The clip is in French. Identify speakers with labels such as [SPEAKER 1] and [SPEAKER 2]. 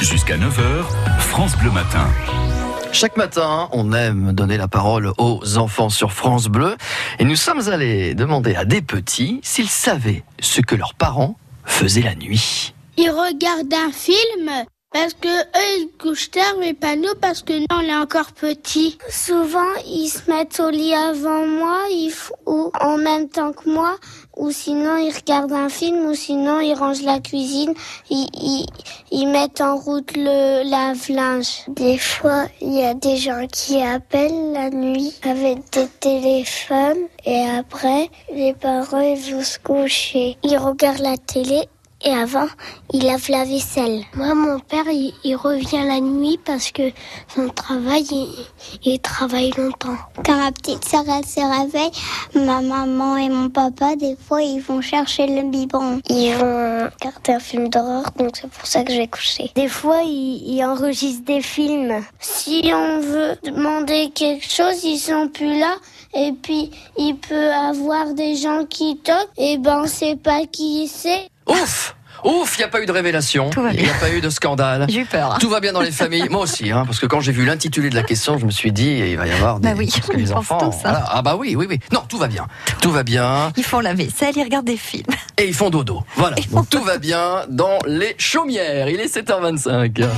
[SPEAKER 1] Jusqu'à 9h, France Bleu Matin.
[SPEAKER 2] Chaque matin, on aime donner la parole aux enfants sur France Bleu et nous sommes allés demander à des petits s'ils savaient ce que leurs parents faisaient la nuit.
[SPEAKER 3] Ils regardent un film parce que eux ils couchent tard mais pas nous parce que nous on est encore petits.
[SPEAKER 4] Souvent, ils se mettent au lit avant moi ils f- ou en même temps que moi, ou sinon ils regardent un film, ou sinon ils rangent la cuisine, ils, ils, ils mettent en route le lave-linge. Des fois, il y a des gens qui appellent la nuit avec des téléphones, et après, les parents ils vont se coucher. Ils regardent la télé et avant, il lave la vaisselle. Moi, mon père, il, il revient la nuit parce que son travail, il, il travaille longtemps. Quand ma petite sœur, elle se réveille, ma maman et mon papa, des fois, ils vont chercher le biberon. Ils vont regarder un film d'horreur, donc c'est pour ça que j'ai couché. Des fois, ils, enregistrent des films. Si on veut demander quelque chose, ils sont plus là. Et puis, il peut avoir des gens qui toquent, et ben, on sait pas qui c'est.
[SPEAKER 2] Ouf Ouf, il n'y a pas eu de révélation,
[SPEAKER 5] Tout va
[SPEAKER 2] il n'y a pas eu de scandale. Ah,
[SPEAKER 5] J'ai eu peur. hein.
[SPEAKER 2] Tout va bien dans les familles, moi aussi, hein, parce que quand j'ai vu l'intitulé de la question, je me suis dit, il va y avoir des,
[SPEAKER 5] Bah oui,
[SPEAKER 2] parce que
[SPEAKER 5] on
[SPEAKER 2] les
[SPEAKER 5] y pense
[SPEAKER 2] enfants.
[SPEAKER 5] tous, hein.
[SPEAKER 2] voilà. Ah bah oui, oui, oui. Non, tout va bien, tout va bien,
[SPEAKER 5] Ils font la vaisselle, ils regardent des films.
[SPEAKER 2] et ils font dodo. Voilà,
[SPEAKER 5] Ils font
[SPEAKER 2] Donc, tout va bien dans les chaumières. Il est 7h25.